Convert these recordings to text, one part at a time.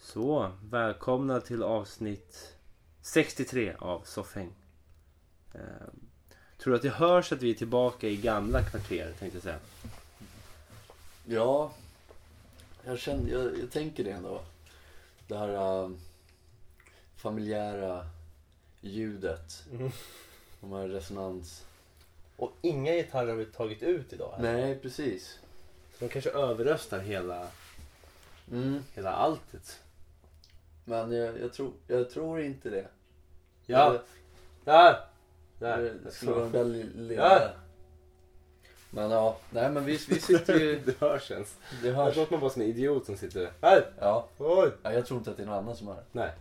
Så, välkomna till avsnitt 63 av Soffhäng. Eh, tror du att det hörs att vi är tillbaka i gamla kvarter, tänkte jag säga. Ja, jag, känner, jag, jag tänker det ändå. Det här äh, familjära ljudet. Mm. De här resonans... Och inga gitarrer har vi tagit ut idag. Här. Nej, precis. Så de kanske överröstar hela, Mm. hela alltet. Men jag, jag, tror, jag tror inte det. Ja, Det- där! Det, Där! skulle vara en Så. väldig lilla... Ja. Men ja, nej men vi, vi sitter ju... Det hörs ens. Det Det hörs. låter man bara som en idiot som sitter där. Här! Ja, Oj! Ja, jag tror inte att det är någon annan som är Nej.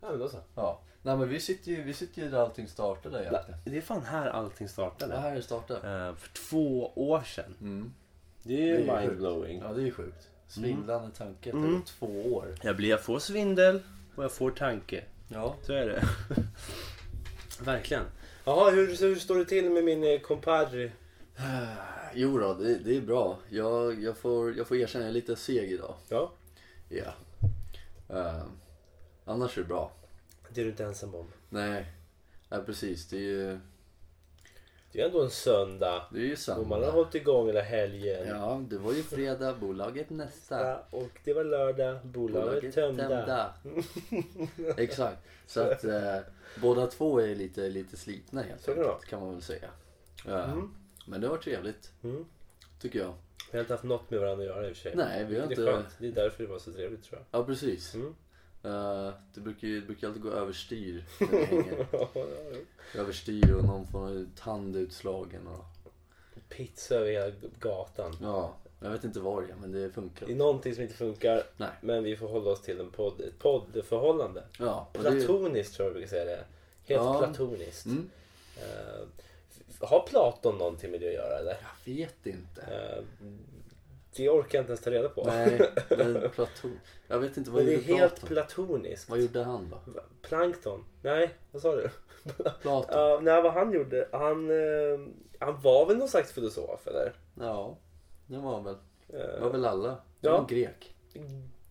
Ja, men då så. Ja. Nej men vi sitter ju, vi sitter ju där allting startade egentligen. Det är fan här allting Det startade. här är startade. Eh, för två år sedan. Mm. Det är Det är mindblowing. Ja det är ju sjukt. Svindlande tanke att det Mm. var två år. Jag blir, jag får svindel och jag får tanke. Ja. Så är det. Verkligen. Jaha, hur, hur står det till med min eh, kompadre? Jo då, det, det är bra. Jag, jag, får, jag får erkänna, jag är lite seg idag. Ja, Ja. Eh, annars är det bra. det är du inte ensam om. Nej, nej precis. Det är ju, Det är ändå en söndag. det är ju Och man har söndag. hållit igång hela helgen. Ja, det var ju fredag, bolaget nästa. Ja, Och det var lördag, bolaget Bolaget tömda. tömda. Exakt. Så att eh, båda två är lite, lite slitna helt Så kan det enkelt, kan man väl säga. Eh, Men det var trevligt, Mm. tycker jag. Vi har inte haft något med varandra att göra i och för sig. Nej, vi har Det är inte... skönt. Det är därför det var så trevligt tror jag. Ja, precis. Mm. Eh, det brukar ju det brukar alltid gå överstyr när vi hänger. Ja, ja, ja. överstyr och någon får en tand utslagen och Pizza över hela gatan. ja, jag vet inte var det är, men det Det är funkar. någonting som inte funkar. Nej. Men vi får hålla oss till en podd, ett poddförhållande. Ja, och det, Platoniskt tror jag vi säga det. Helt Ja. platoniskt. Mm. Eh, f- har Platon någonting med det att göra eller? jag vet inte. Eh, det orkar jag inte ens ta reda på. Nej, men Platon. Jag vet inte vad Men det är gjorde helt Platon. platoniskt. Vad gjorde han då? Va- Plankton? Nej, vad sa du? Platon? Ja. Uh, nej, vad han gjorde? Han, eh, han var väl någon slags filosof eller? det var han väl. Det Eh, var väl alla. Det Ja. var en grek.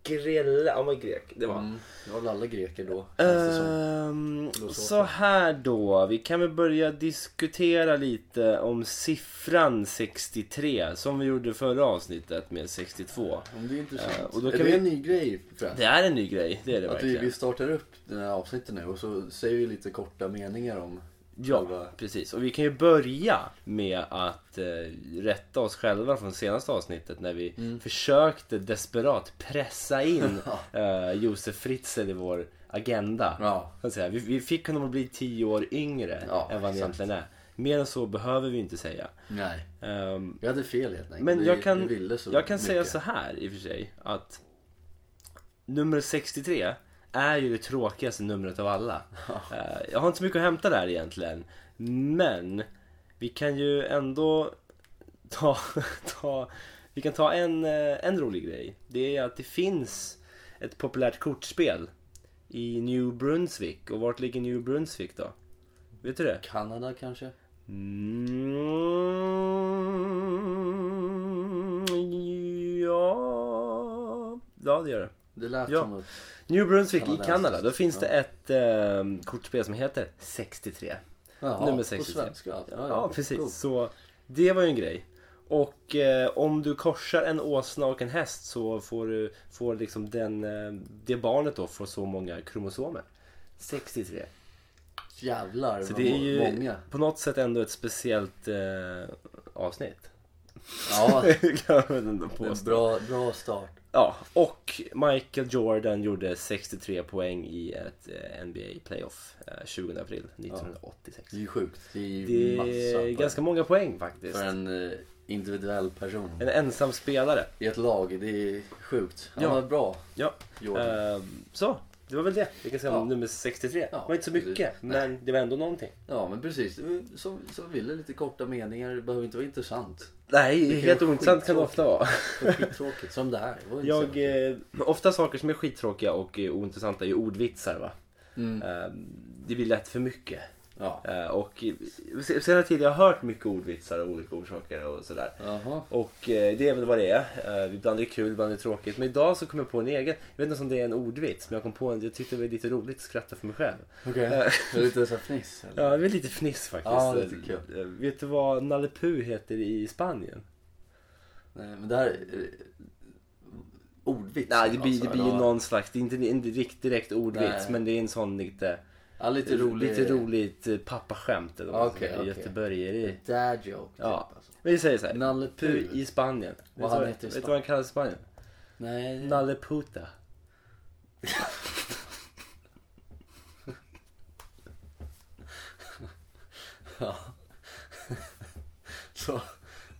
Grella, han var grek. Det var Eh. han. Mm. Det var väl alla greker då, känns det som. Ehm, Låt oss så här då. Vi kan väl börja diskutera lite om siffran 63 som vi gjorde förra avsnittet med 62. Om det är intressant. Eh, och då är kan det vi- en ny grej förresten? Det är en ny grej, det är det Att vi, vi verkligen. startar upp den här avsnittet nu och så säger vi lite korta meningar om Ja, precis. Och vi kan ju börja med att eh, rätta oss själva från senaste avsnittet när vi Mm. försökte desperat pressa in eh, Josef Fritzl i vår agenda. Ja. Så att säga. Vi, vi fick honom att bli tio år yngre Ja, än vad han exakt. egentligen är. Mer än så behöver vi inte säga. Nej. Ehm, Vi hade fel helt enkelt. men vi, jag kan, vi ville så jag kan säga mycket. så här i och för sig att nummer 63 är ju det tråkigaste numret av alla. Eh, Jag har inte så mycket att hämta där egentligen. Men vi kan ju ändå ta, ta, vi kan ta en, eh, en rolig grej. Det är att det finns ett populärt kortspel i New Brunswick. Och vart ligger New Brunswick då? Vet du det? Kanada kanske? Mm, ja. ja, det gör det. Det lät Ja. som att... New Brunswick i Kanadensiskt. Kanada. Då finns det Ja. ett eh, kortspel som heter 63. Jaha, Nummer På 63. svenska alltså. Ja, precis. Cool. Så det var ju en grej. Och eh, om du korsar en åsna och en häst så får, du, får liksom den, eh, det barnet då får så många kromosomer. 63. Jävlar Så vad det är ju många. på något sätt ändå ett speciellt eh, avsnitt. Ja, kan man ändå en påstå. bra, bra start. Ja, och Michael Jordan gjorde 63 poäng i ett eh, NBA playoff eh, 20 april 1986. Det är ju sjukt. Det är ju Det massa. är poäng ganska många poäng faktiskt. För en eh, individuell person. En ensam spelare. I ett lag, det är sjukt. Han Ja. var bra. Ja. Jordan. Eh, Så, det var väl det. Vi kan säga om Ja. nummer 63. Ja, Det var inte så mycket, det- men det var ändå någonting. Ja men precis. Det var Som, som ville, lite korta meningar. Det behöver inte vara intressant. Nej, Vilken helt ointressant kan det skittråkig. ofta vara. Det var skittråkigt. som det här. Det var inte så- Jag, eh, ofta saker som är skittråkiga och eh, ointressanta är ju ordvitsar va. Mm. Eh, det blir lätt för mycket. Ja. Eh, Och i- på senare tid har jag hört mycket ordvitsar av olika orsaker och sådär. Jaha. Och eh, det är väl vad det är. Eh, Ibland är det kul, ibland är det tråkigt. Men idag så kom jag på en egen. Jag vet inte om det är en ordvits, men jag kom på en. Jag tyckte det var lite roligt att skratta för mig själv. Okej. Det är lite så här fniss. Eller? Eh. Ja, det är lite fniss faktiskt. Ja, det tycker Eh, Vet du vad Nalle Puh heter i Spanien? Nej, men det här är eh, ordvits. Nej, det blir, alltså, det blir ju eller vad? någon slags, det är inte en direkt, direkt ordvits, Nej. men det är en sån lite, Ja, lite rolig. lite roligt eh, pappaskämt eller vad man Okej, säger, okej. göteborgeri. Dad joke typ Ja. alltså. Vi säger så här. Nalle Puh Puh. i Spanien. Vet du Vad han vad- heter i Vet du vad Spanien? han kallas i Spanien? Nej. Nalle Puta. Ja. Så,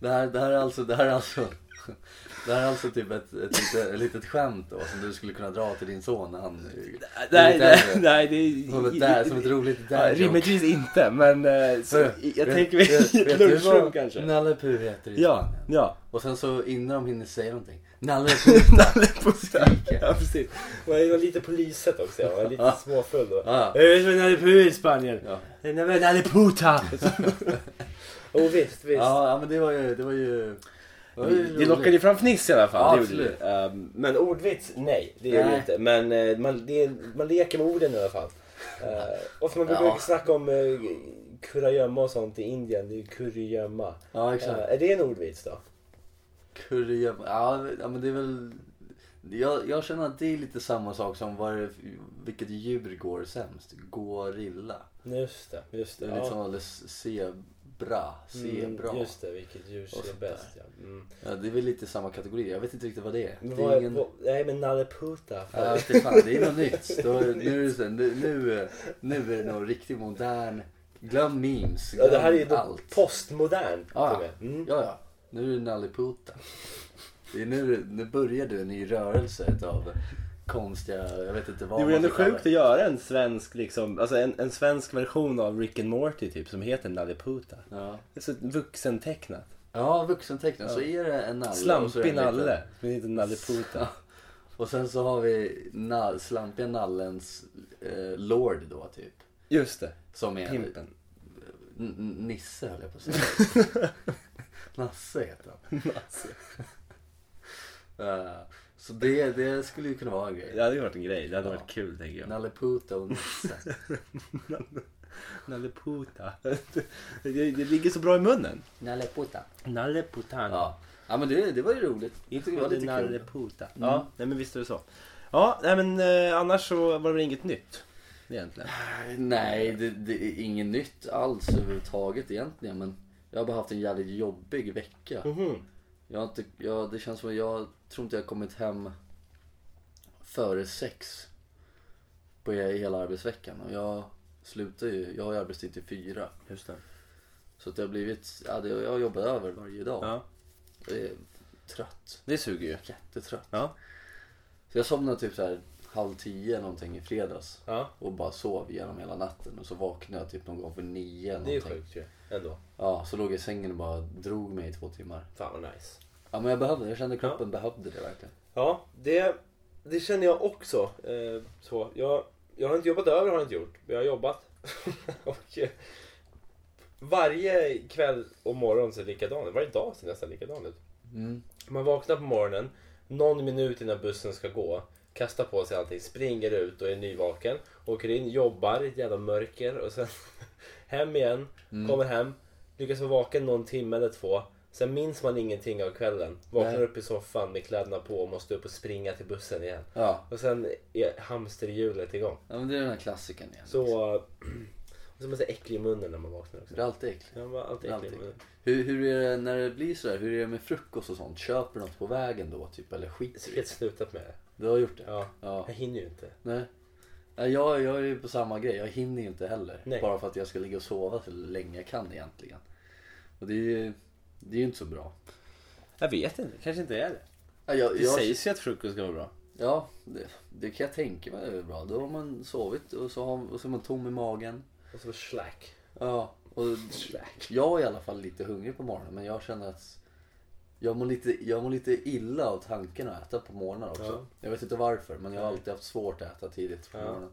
det här, det här är alltså, det här är alltså, det här är alltså typ ett, ett, litet, ett litet skämt då som du skulle kunna dra till din son när han Nej, lite nej, äldre. nej, det Som ett, där, som ett är... roligt Ja, dad joke. Rimligtvis inte, men eh, så, Hörru, jag vet- tänker vet- mig i vet ett du lunchrum vad kanske. Nalle Puh heter i Ja, Spanien. ja. Och sen så innan de hinner säga någonting. Nalle Puh. Nalle Puta. Ja, precis. Och jag var lite på lyset också. Jag var lite småfull då. Ja, Eh, ja. Jag vet vad Nalle Puh är i Spanien. Ja. Den där med Nalle Puta. Oh, visst, visst. ja, ja, men det var ju, det var ju. Det, var ju Det roligt. lockade ju fram fniss i alla fall. Ja, det gjorde det. Ehm, men ordvits, nej. Det Nej. gör det inte. Men eh, man, det är, man leker med orden i alla fall. Eh, och för man brukar Ja. ja. snacka om uh, kurragömma och sånt i Indien. Det är ju kurragömma. Ja, exakt. Eh, är det en ordvits då? Kurja, ja ja, men det är väl... Jag, jag känner att det är lite samma sak som vad det, vilket djur går sämst. Gorilla. Just det, just Det det. är Ja. lite som alldeles zebra. Zebra. Mm, just det, vilket djur Och ser sånt bäst. Ja. Mm. Ja, det är väl lite samma kategori. Jag vet inte riktigt vad det är. Men det vad, är är- vad, nej men Nalle Puta. Ja, jag vet inte fan, det är något nytt. Då, nu, är det så- nu, nu, nu är det någon riktigt modern... Glöm memes. Glöm Ja, det här är ju allt. något postmodernt. Ja, till och med. ja. Mm. ja, ja. Nu är det Nalliputa. Det är nu, nu börjar du en ny rörelse utav konstiga, jag vet inte vad Det man vore ändå ska kalla sjukt att göra en svensk, liksom, alltså en, en svensk version av Rick and Morty typ som heter Nalle Puta. Ja, Det är så vuxentecknat. ja vuxentecknat så är det en nalle. och så är Slampig det en liten- Nalle. Men inte Nalle Puta. Och sen så har vi na, slampiga nallens eh, lord då typ. Just det, Som är Pimpen. N- n- Nisse höll jag på att säga. Nasse heter han. Eh, så det, det skulle ju kunna vara en grej. Det hade ju varit en grej, det hade Ja. varit kul tänker jag. Nalleputa och Nisse. Nalle Puta. Det, det ligger så bra i munnen. Nalleputa. Nalle Putan. Ja. ja, men det, det var ju roligt. Jag tycker det var lite Nalle kul. Mm. Puta. Ja, nej men visst är det så. Ja, nej men eh, annars så var det väl inget nytt. Egentligen. Nej, det, det är inget nytt alls överhuvudtaget egentligen. Men jag har bara haft en jävligt jobbig vecka. Mm. Jag har inte, jag, det känns som att jag tror inte jag har kommit hem före sex på he- hela arbetsveckan. Och jag slutar ju, jag har ju arbetstid till fyra. Just det. Så att det har blivit, ja, det, jag har jobbat över varje dag. Ja, Jag är trött, det suger ju. jättetrött. Ja. Så jag somnade typ så här halv tio någonting i fredags. ja. Och bara sov genom hela natten och så vaknade jag typ någon gång för nio Det är ju någonting. sjukt ju. Ändå. Ja, så låg jag i sängen och bara drog mig i två timmar. Fan vad nice. Ja men jag behövde, jag kände kroppen behövde det verkligen. Ja, det, det känner jag också. Eh, så. Jag, jag har inte jobbat över, har jag inte gjort. Men jag har jobbat. och, eh, varje kväll och morgon ser likadan ut. Varje dag ser nästan likadan ut. Mm. Man vaknar på morgonen, någon minut innan bussen ska gå, kastar på sig allting, springer ut och är nyvaken. Åker in, jobbar i ett jävla mörker och sen hem igen, Mm. kommer hem, lyckas vara vaken någon timme eller två. Sen minns man ingenting av kvällen. Vaknar Nej. upp i soffan med kläderna på och måste upp och springa till bussen igen. Ja. Och sen är hamsterhjulet igång. ja, men det är den här klassikern igen. Så... Och så är man så äcklig i munnen när man vaknar också. Det är alltid äckligt. Ja, man är alltid Det är äcklig i alltid munnen. äckligt. Hur, hur är det när det blir sådär, hur är det med frukost och sånt? Köper du något på vägen då typ eller Jag skit har helt slutat med det. Du har gjort det? Ja. Ja. Jag hinner ju inte. Nej. Nej, Jag, jag är ju på samma grej, jag hinner ju inte heller. Nej. Bara för att jag ska ligga och sova så länge jag kan egentligen. Och det är ju, det är ju inte så bra. Jag vet inte, kanske inte är det. Ja, Jag, Det jag, sägs ju att frukost ska vara bra. Ja, det, det kan jag tänka mig är bra. Då har man sovit och så, har, och så är man tom i magen. Och så slack. Ja, och jag är i alla fall lite hungrig på morgonen men jag känner att jag mår lite, jag mår lite illa av tanken att äta på morgonen också. Jag vet inte varför men jag har alltid haft svårt att äta tidigt på Ja. morgonen.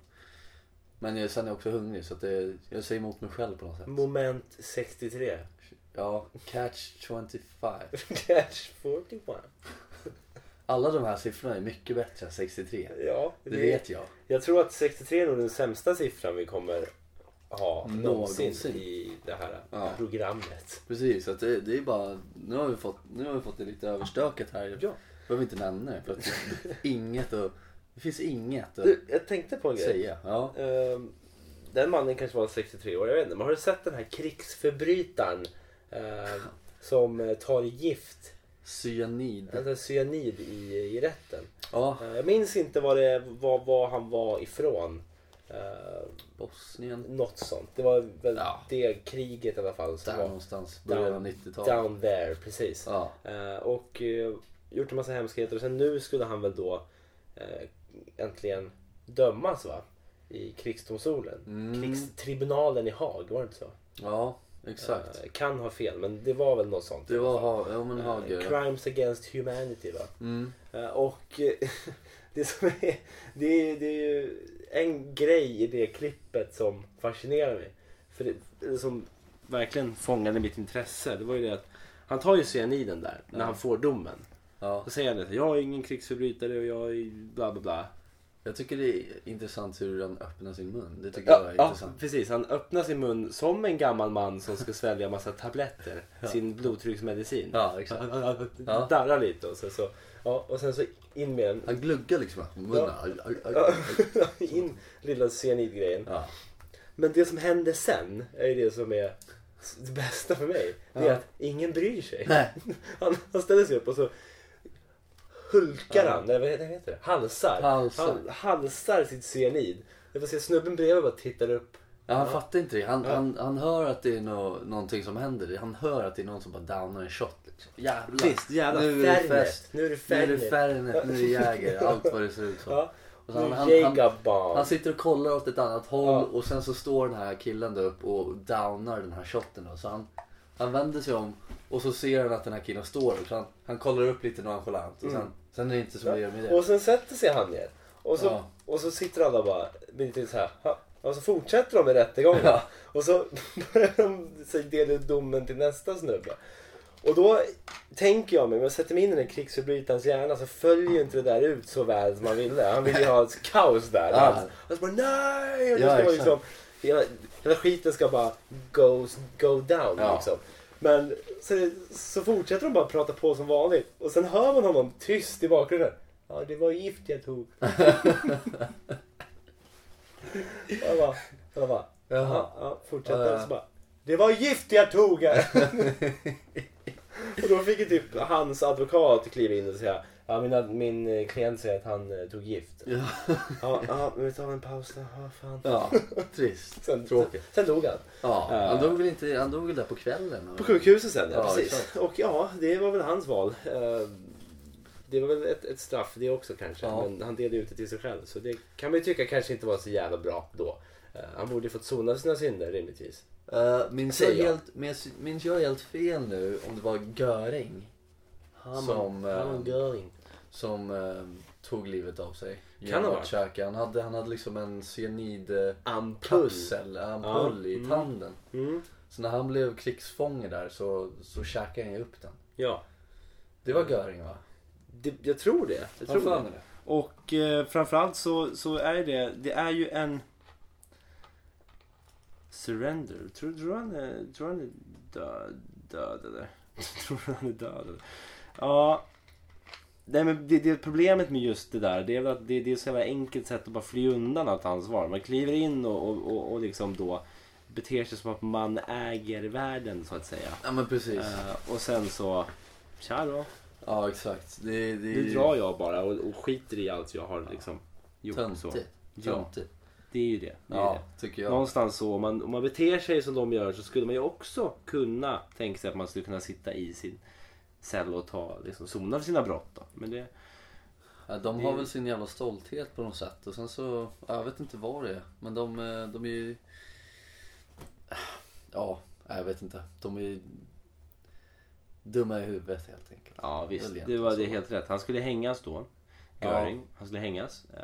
Men jag, sen är jag också hungrig så att det, jag säger emot mig själv på något sätt. Moment 63. Ja, catch 25. Catch 41. Alla de här siffrorna är mycket bättre än 63. Ja, Det vet jag. Jag tror att 63 är nog den sämsta siffran vi kommer ha någonsin, Någonsin. i det här Ja. programmet. Precis, så att det, det är bara, nu har vi fått, nu har vi fått det lite överstökat här. Ja. behöver inte nämna det för att det, inget att, det finns inget att Du, jag tänkte på en grej. säga. Ja. Ehm, den mannen kanske var 63 år, jag vet inte. Men har du sett den här krigsförbrytaren ehm, som eh, tar gift, Cyanid. alltså cyanid i, i rätten? Ja, Eh, jag minns inte vad, det, vad, vad han var ifrån. Uh, Bosnien. något sånt. Det var väl Ja. det kriget i alla fall. Som Där var någonstans, början av Down- 90-talet. Down there, precis. Ja. Eh, och eh, gjort en massa hemskheter och sen nu skulle han väl då eh, äntligen dömas va? I krigsdomstolen. Mm. Krigstribunalen i Haag, var det inte så? ja, exakt. Eh, kan ha fel, men det var väl något sånt. Det var ha, ja, men Eh, Hager. ja. Crimes against humanity va? Mm. Eh, och eh, det som är, det är, det är ju en grej i det klippet som fascinerar mig. För det, det som verkligen fångade mitt intresse, det var ju det att han tar ju cyaniden där när han får domen. Ja. Då säger han det, jag är ingen krigsförbrytare och jag är bla bla bla. Jag tycker det är intressant hur han öppnar sin mun. Det tycker jag Ja, är ja intressant. precis. Han öppnar sin mun som en gammal man som ska svälja massa tabletter. Sin blodtrycksmedicin. Ja, exakt. Ja. Darrar lite och sen så, ja, och sen så in med den. Han gluggar liksom med munnen. Aj, aj, aj, Ja, aj. in lilla cyanidgrejen. Ja. Men det som händer sen är ju det som är det bästa för mig. Det är Ja. att ingen bryr sig. Nej. Han, han ställer sig upp och så hulkar Ja. han, nej vad heter vad heter det? Halsar. Halsar. Han halsar sitt cyanid. Jag får se snubben bredvid bara tittar upp. Ja, han fattar inte det. Han, han, han hör att det är nå någonting som händer. Han hör att det är någon som bara downar en shot. Liksom. Jävlar. Visst, jävla nu är det Fernet. fest. Nu är det Nu är det Fernet. Fernet, nu är det Jäger. Allt vad det ser ut som. Ja. Och så han- Nu han- Jägarbomb. Han sitter och kollar åt ett annat håll Ja. och sen så står den här killen där upp och downar den här shotten. Då. Så han, han vänder sig om och så ser han att den här killen står upp. Så han, han kollar upp lite nonchalant och sen, sen är det inte så mycket med det. Mm. Och sen sätter sig han ner. Och så, Ja. och så sitter alla bara lite så här. "Ha." Och så fortsätter de med rättegången. Ja. Och så börjar de så dela ut domen till nästa snubbe. Och då tänker jag mig, om jag sätter mig in i den här krigsförbrytarens hjärna så följer ju inte det där ut så väl som han ville. Han ville ju ha ett kaos där. Ja. Han, han så bara nej! Och det ska Ja, vara exakt. liksom, hela, hela skiten ska bara go, go down Ja. liksom. Men så, så fortsätter de bara prata på som vanligt och sen hör man honom tyst i bakgrunden. Ja, det var gift jag tog. Och jag bara, jag bara, Jaha. ja, ja, Ja, fortsätter. ja. Så bara, det var gift jag tog! och då fick ju typ hans advokat kliva in och säga, ja min, ad- min eh, klient säger att han eh, tog gift. Ja. Ja, ja, men vi tar en paus då. Ja, fan. Ja, trist. Sen, Tråkigt. sen dog han. Ja, Ja. han dog väl inte, han dog väl där på kvällen? Och, På sjukhuset sen, ja, Ja, precis. exakt. Och ja, det var väl hans val. Eh, Det var väl ett, ett straff det också kanske. Ja. Men han delade ut det till sig själv. Så det kan man ju tycka kanske inte var så jävla bra då. Eh, Han borde ju fått sona sina synder rimligtvis. Eh, minns, jag Säger jag. helt, minns, minns jag helt fel nu om det var Göring som, eh, han göring. som eh, tog livet av sig? ha varit. Hjärnkäka. han hade, han hade liksom en cyanid... eh, Ampull. kapsel, ampull Ja. i tanden. Mm. Så när han blev krigsfånge där så, så käkade han ju upp den. Ja, Det var Göring va? det, jag tror det. Jag tror det. Och eh, framförallt så, så är det, det är ju en surrender. Tror, tror, han, är, tror han är död, död eller? tror han är död eller? Ja. Nej, men det, det problemet med just det där det är väl att det, det är så jävla enkelt sätt att bara fly undan allt ansvar. Man kliver in och, och, och, och liksom då beter sig som att man äger världen så att säga. Ja men precis. Eh, och sen så, tja då. Ja exakt. Det, det är Nu ju drar jag bara och, och skiter i allt jag har liksom gjort. Så. töntigt. Ja. Töntigt. Det är ju det. det, är Ja, det. tycker jag. Någonstans så, om man, om man beter sig som de gör så skulle man ju också kunna tänka sig att man skulle kunna sitta i sin cell och ta, liksom, sona för sina brott. Då. Men det, Ja, de har väl sin jävla stolthet på något sätt och sen så, ja, jag vet inte vad det är. Men de, eh, de är ju... Ja, jag vet inte. De är ju dumma i huvudet helt enkelt. ja Det är visst, väl det var det är egentligen helt rätt. Han skulle hängas då. Ja. Göring, han skulle hängas. Eh,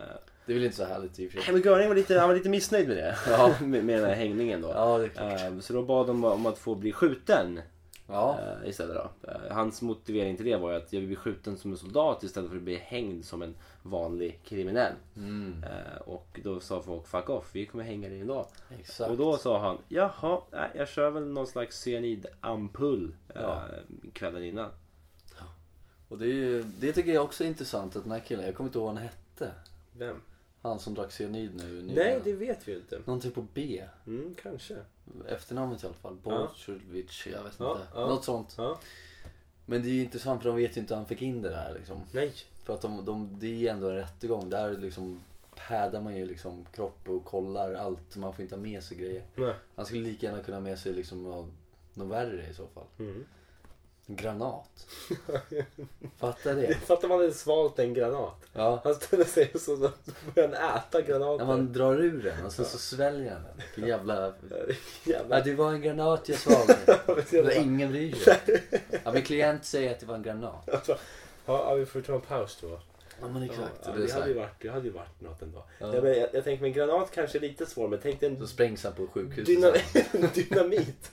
Det är väl inte så härligt i och för sig. Nej, men Göring var lite, han var lite missnöjd med det. Ja. med, med den här hängningen då. Ja, det är klart. Eh, Så då bad de om att få bli skjuten Ja, eh, istället då. Eh, Hans motivering till det var ju att jag vill bli skjuten som en soldat istället för att bli hängd som en vanlig kriminell. Mm. Eh, Och då sa folk fuck off, vi kommer hänga dig ändå. exakt. Och då sa han, jaha, nej, jag kör väl någon slags cyanidampull Ja. eh, kvällen innan. Och det, är ju, det tycker jag också är intressant att den här killen, jag kommer inte ihåg vad han hette. Vem? Han som drack cyanid nu. Mm. nu Nej, det vet vi ju inte. Någonting på B. Mm, kanske. Efternamnet i alla fall. Borchovic, jag vet Ja, inte. ja. Något sånt. Ja. Men det är ju intressant för de vet ju inte hur han fick in det där liksom. Nej. För att de, de, det är ju ändå en rättegång. Där liksom pädar man ju liksom kropp och kollar allt. Man får inte ha med sig grejer. Nej. Han skulle lika gärna kunna ha med sig liksom ja, något värre i så fall. Mm. En granat. Fattar Det det? fattar man hade svalt en granat. Ja. Han ställde sig och så, så började han äta granater. När man drar ur den och sen så sväljer han den. Vilken jävla... Ja, Jävlar. det var en granat jag svalde. Jävlar. Men ingen bryr sig. Ja, min klient säger att det var en granat. Ja, ja, vi får ta en paus då. Ja men Ja, det är det, så hade ju här. varit, det hade ju varit något ändå. Ja. Ja. men jag, jag tänker mig en granat kanske är lite svår men tänk dig en Så sprängs han på sjukhuset. dynam dynamit.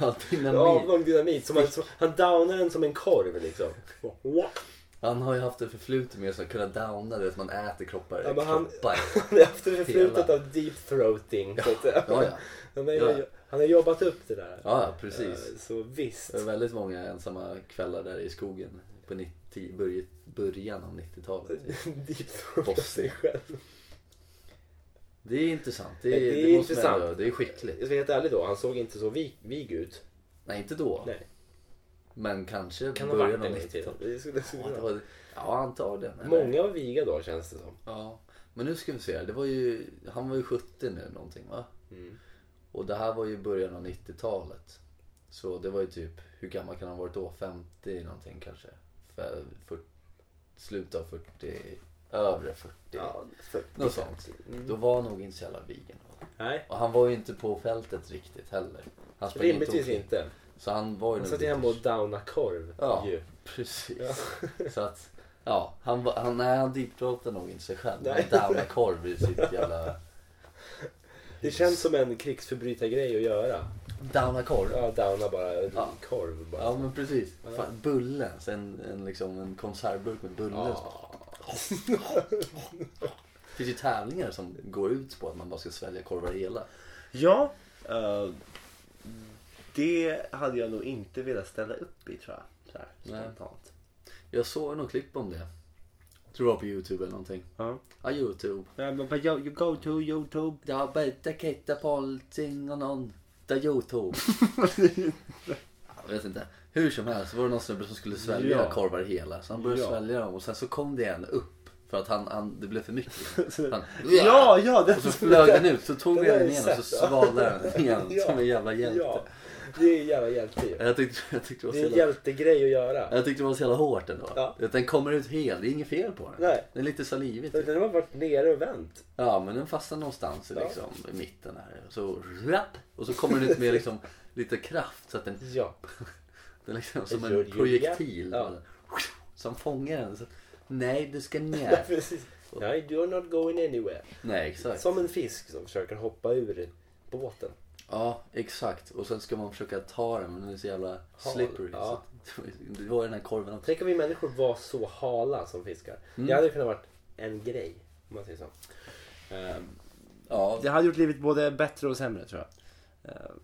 Ja, dynamit. Avlång dynamit. Som han, som, han downar den som en korv liksom. Wap. Han har ju haft en förflutet med att kunna downa det, att man äter kroppar. Ja, men han- kroppar. Han är efter förflutet Hela. av deep throating. Så att, säga. Ja, ja. Han, är, Ja. han har jobbat upp det där. ja, ja, precis. Eh, Så visst. Det var väldigt många ensamma kvällar där i skogen på 90, börj- början av 90-talet. deep throating sig Bosnien. själv. Det är intressant. Det Ja, är, det det är måste man intressant. göra. Det är skickligt. Jag ska vara helt ärlig då, han såg inte så vig, vig ut. Nej, inte då. Nej. Men kanske Kan ha varit en början av gång i tiden. 90-talet. Det skulle- det skulle Ja, det vara. var- Ja, antagligen. eller? Många var viga då känns det som. Ja, men nu ska vi se. här. Det var ju, han var ju 70 nu någonting va? Mm. Och det här var ju början av 90-talet. Så det var ju typ, hur gammal kan han ha varit då? 50 någonting kanske? För, för, slut av 40, övre 40. Något sånt. Mm. Då var han nog inte så jävla vegan. Nej, Och han var ju inte på fältet riktigt heller. Han sprang inte rimligtvis omkring. inte. Så han var ju Han nog satt ju lite- hemma och downa korv. Ja. Ju. Precis. Så att, ja, han, var- han, nej, han deepthroatar nog inte sig själv. Nej. Han dammar korv i sitt jävla... Det känns som en krigsförbrytargrej att göra. Dammar korv. Ja, downa bara Ja. korv. Bara. Ja men precis. Ja. Fan, bullen. Så En, en, liksom, en konservburk med bullen. Ja. Det finns ju tävlingar som går ut på att man bara ska svälja korvar hela. Ja, eh, det hade jag nog inte velat ställa upp i tror jag. Så här, Nej. spontant. Jag såg något klipp om det. Tror jag var på Youtube eller någonting. Ja. Ja, Youtube. Nej, men but you, you go to Youtube. Jag började kitta på allting och någon. Det är Youtube. jag vet inte. Hur som helst var det någon snubbe som skulle svälja Ja. korvar hela. Så han började Ja. svälja dem och sen så kom det en upp. För att han, han, det blev för mycket. Han, Ja, ja! Och Det, så flög den ut, så tog Det jag där den är igen och så sött, ja. svalde den igen Ja. som en jävla hjälte. Ja, det är en jävla hjälte ju. Jag, tyckte, jag, tyckte det var Det är så en jävla, hjältegrej att göra. jag tyckte det var så jävla hårt ändå. Ja. Att Den kommer ut hel, det är inget fel på den. Nej. Den är lite salivig. typ. Den har varit nere och vänt. Ja men den fastnar någonstans i Ja. liksom, i mitten här. Och så, rapp, och så kommer den ut med liksom, lite kraft så att den, Ja. den liksom, som Jag gör en det. projektil. Ja. Som fångar den. Så, Nej du ska Ja, ner. precis. Nej, you're not going anywhere. Nej exakt. Som en fisk som försöker hoppa ur båten. Ja, exakt. Och sen ska man försöka ta den men den är så jävla slippery. Ja. Så att, det var ju den här korven också. Tänk om vi människor var så hala som fiskar. Mm. Det hade kunnat varit en grej, om man säger så. Ehm, Ja, det hade gjort livet både bättre och sämre tror jag. Ehm,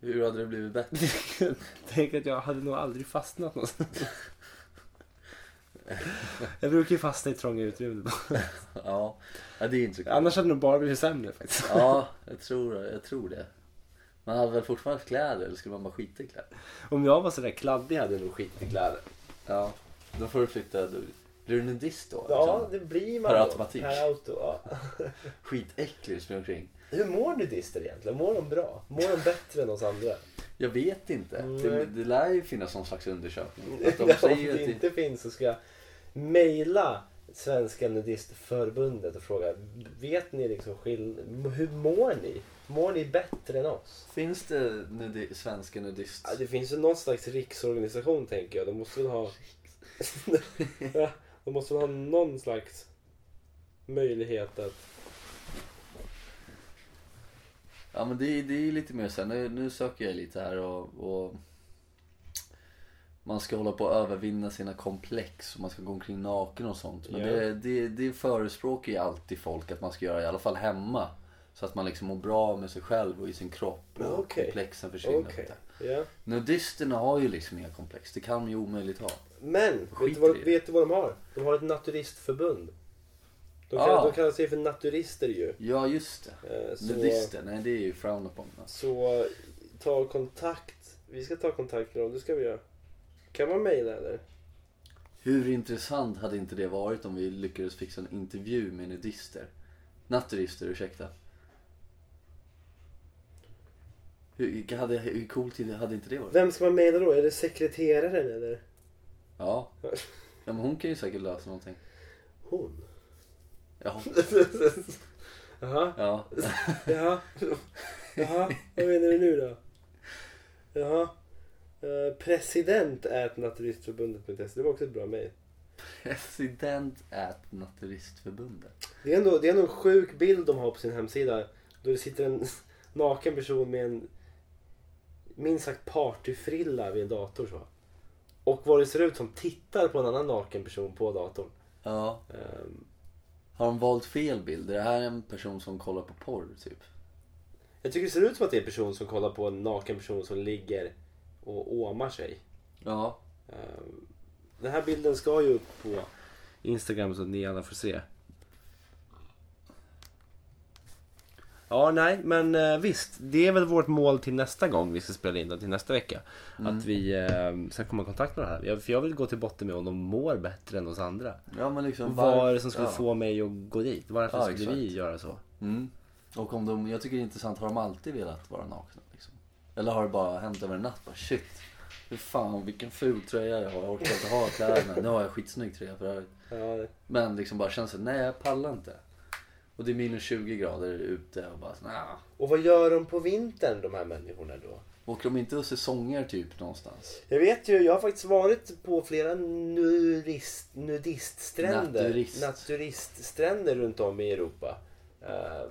hur hade det blivit bättre? Tänk att jag hade nog aldrig fastnat någonstans. Jag brukar ju fastna i trånga utrymmen. Ja, ja det är inte så kul. Annars hade det nog bara blivit sämre faktiskt. Ja, jag tror, jag tror det. Man hade väl fortfarande haft kläder eller skulle man bara skita i kläder? Om jag var sådär kladdig hade jag nog skit i kläder. Ja, då får du flytta. Då, blir du nudist då? ja, Liksom? det blir man Per då. automatik. Per auto, ja. Skitäcklig springer omkring. Hur mår nudister egentligen? Mår de bra? Mår de bättre än oss andra? Jag vet inte. Det, Nej. det lär ju finnas någon slags undersökning. Att Om de det säger att det, inte finns så ska jag mejla Svenska Nudistförbundet och fråga Vet ni liksom skill- Hur mår ni? Mår ni bättre än oss? finns det nudi, svenska nudist... Ja, det finns ju någon slags riksorganisation tänker jag. De måste väl ha... Ja, De måste väl ha någon slags möjlighet att... Ja men det, är- det är lite mer så här, nu, nu söker jag lite här och, och man ska hålla på att övervinna sina komplex och man ska gå omkring naken och sånt. Men Ja. det, det, det förespråkar ju alltid folk att man ska göra i alla fall hemma. Så att man liksom mår bra med sig själv och i sin kropp och Okej. komplexen försvinner. Okej. Ja. Nudisterna har ju liksom inga komplex, det kan de ju omöjligt ha. Men, vet Skit du, vad, i det. vet du vad de har? De har ett naturistförbund. De, kallar, Ah. de kallar sig för naturister ju. Ja just det. Eh, så- Nudister, nej det är ju frowned upon. Alltså. Så ta kontakt. Vi ska ta kontakt med dem, det ska vi göra. Kan man mejla eller? Hur intressant hade inte det varit om vi lyckades fixa en intervju med nudister? Naturister, ursäkta. Hur, hade, hur coolt hade inte det varit? Vem ska man mejla då? Är det sekreteraren eller? Ja. ja men hon kan ju säkert lösa någonting. Hon? Ja. Jaha, ja. jaha, jaha, vad menar du nu då? Jaha. Eh, president är naturistförbundet.se, det var också ett bra mejl. President at Naturistförbundet. Det är, ändå, det är ändå en sjuk bild de har på sin hemsida. Då det sitter en naken person med en minst sagt partyfrilla vid en dator. Så. Och vad det ser ut som tittar på en annan naken person på datorn. Ja. Ehm, Har de valt fel bild? Är det här en person som kollar på porr, typ? jag tycker det ser ut som att det är en person som kollar på en naken person som ligger och åmar sig. Ja. Ehm, den här bilden ska ju upp på Instagram så att ni alla får se. Ja, nej, men eh, visst. Det är väl vårt mål till nästa gång vi ska spela in, då, till nästa vecka. Mm. Att vi eh, ska komma i kontakt med det här. Jag, för jag vill gå till botten med om de mår bättre än oss andra. Ja, men liksom... Vad är varför- det som skulle ja. få mig att gå dit? Varför Ja, skulle vi exakt. göra så? Mm. Och om de, jag tycker det är intressant, har de alltid velat vara nakna? Liksom? Eller har det bara hänt över en natt? Bara, shit, hur fan vilken ful tröja jag har, jag orkar inte ha kläderna. Nu har jag skitsnygg tröja för övrigt. Ja, Men liksom bara känns det, nej jag pallar inte. Och det är minus 20 grader ute och bara "Ah." så, nah. och vad gör de på vintern, de här människorna då? Åker de inte och säsonger typ någonstans? Jag vet ju, jag har faktiskt varit på flera nudist, nudiststränder. Naturist. Naturiststränder runt om i Europa. Eh,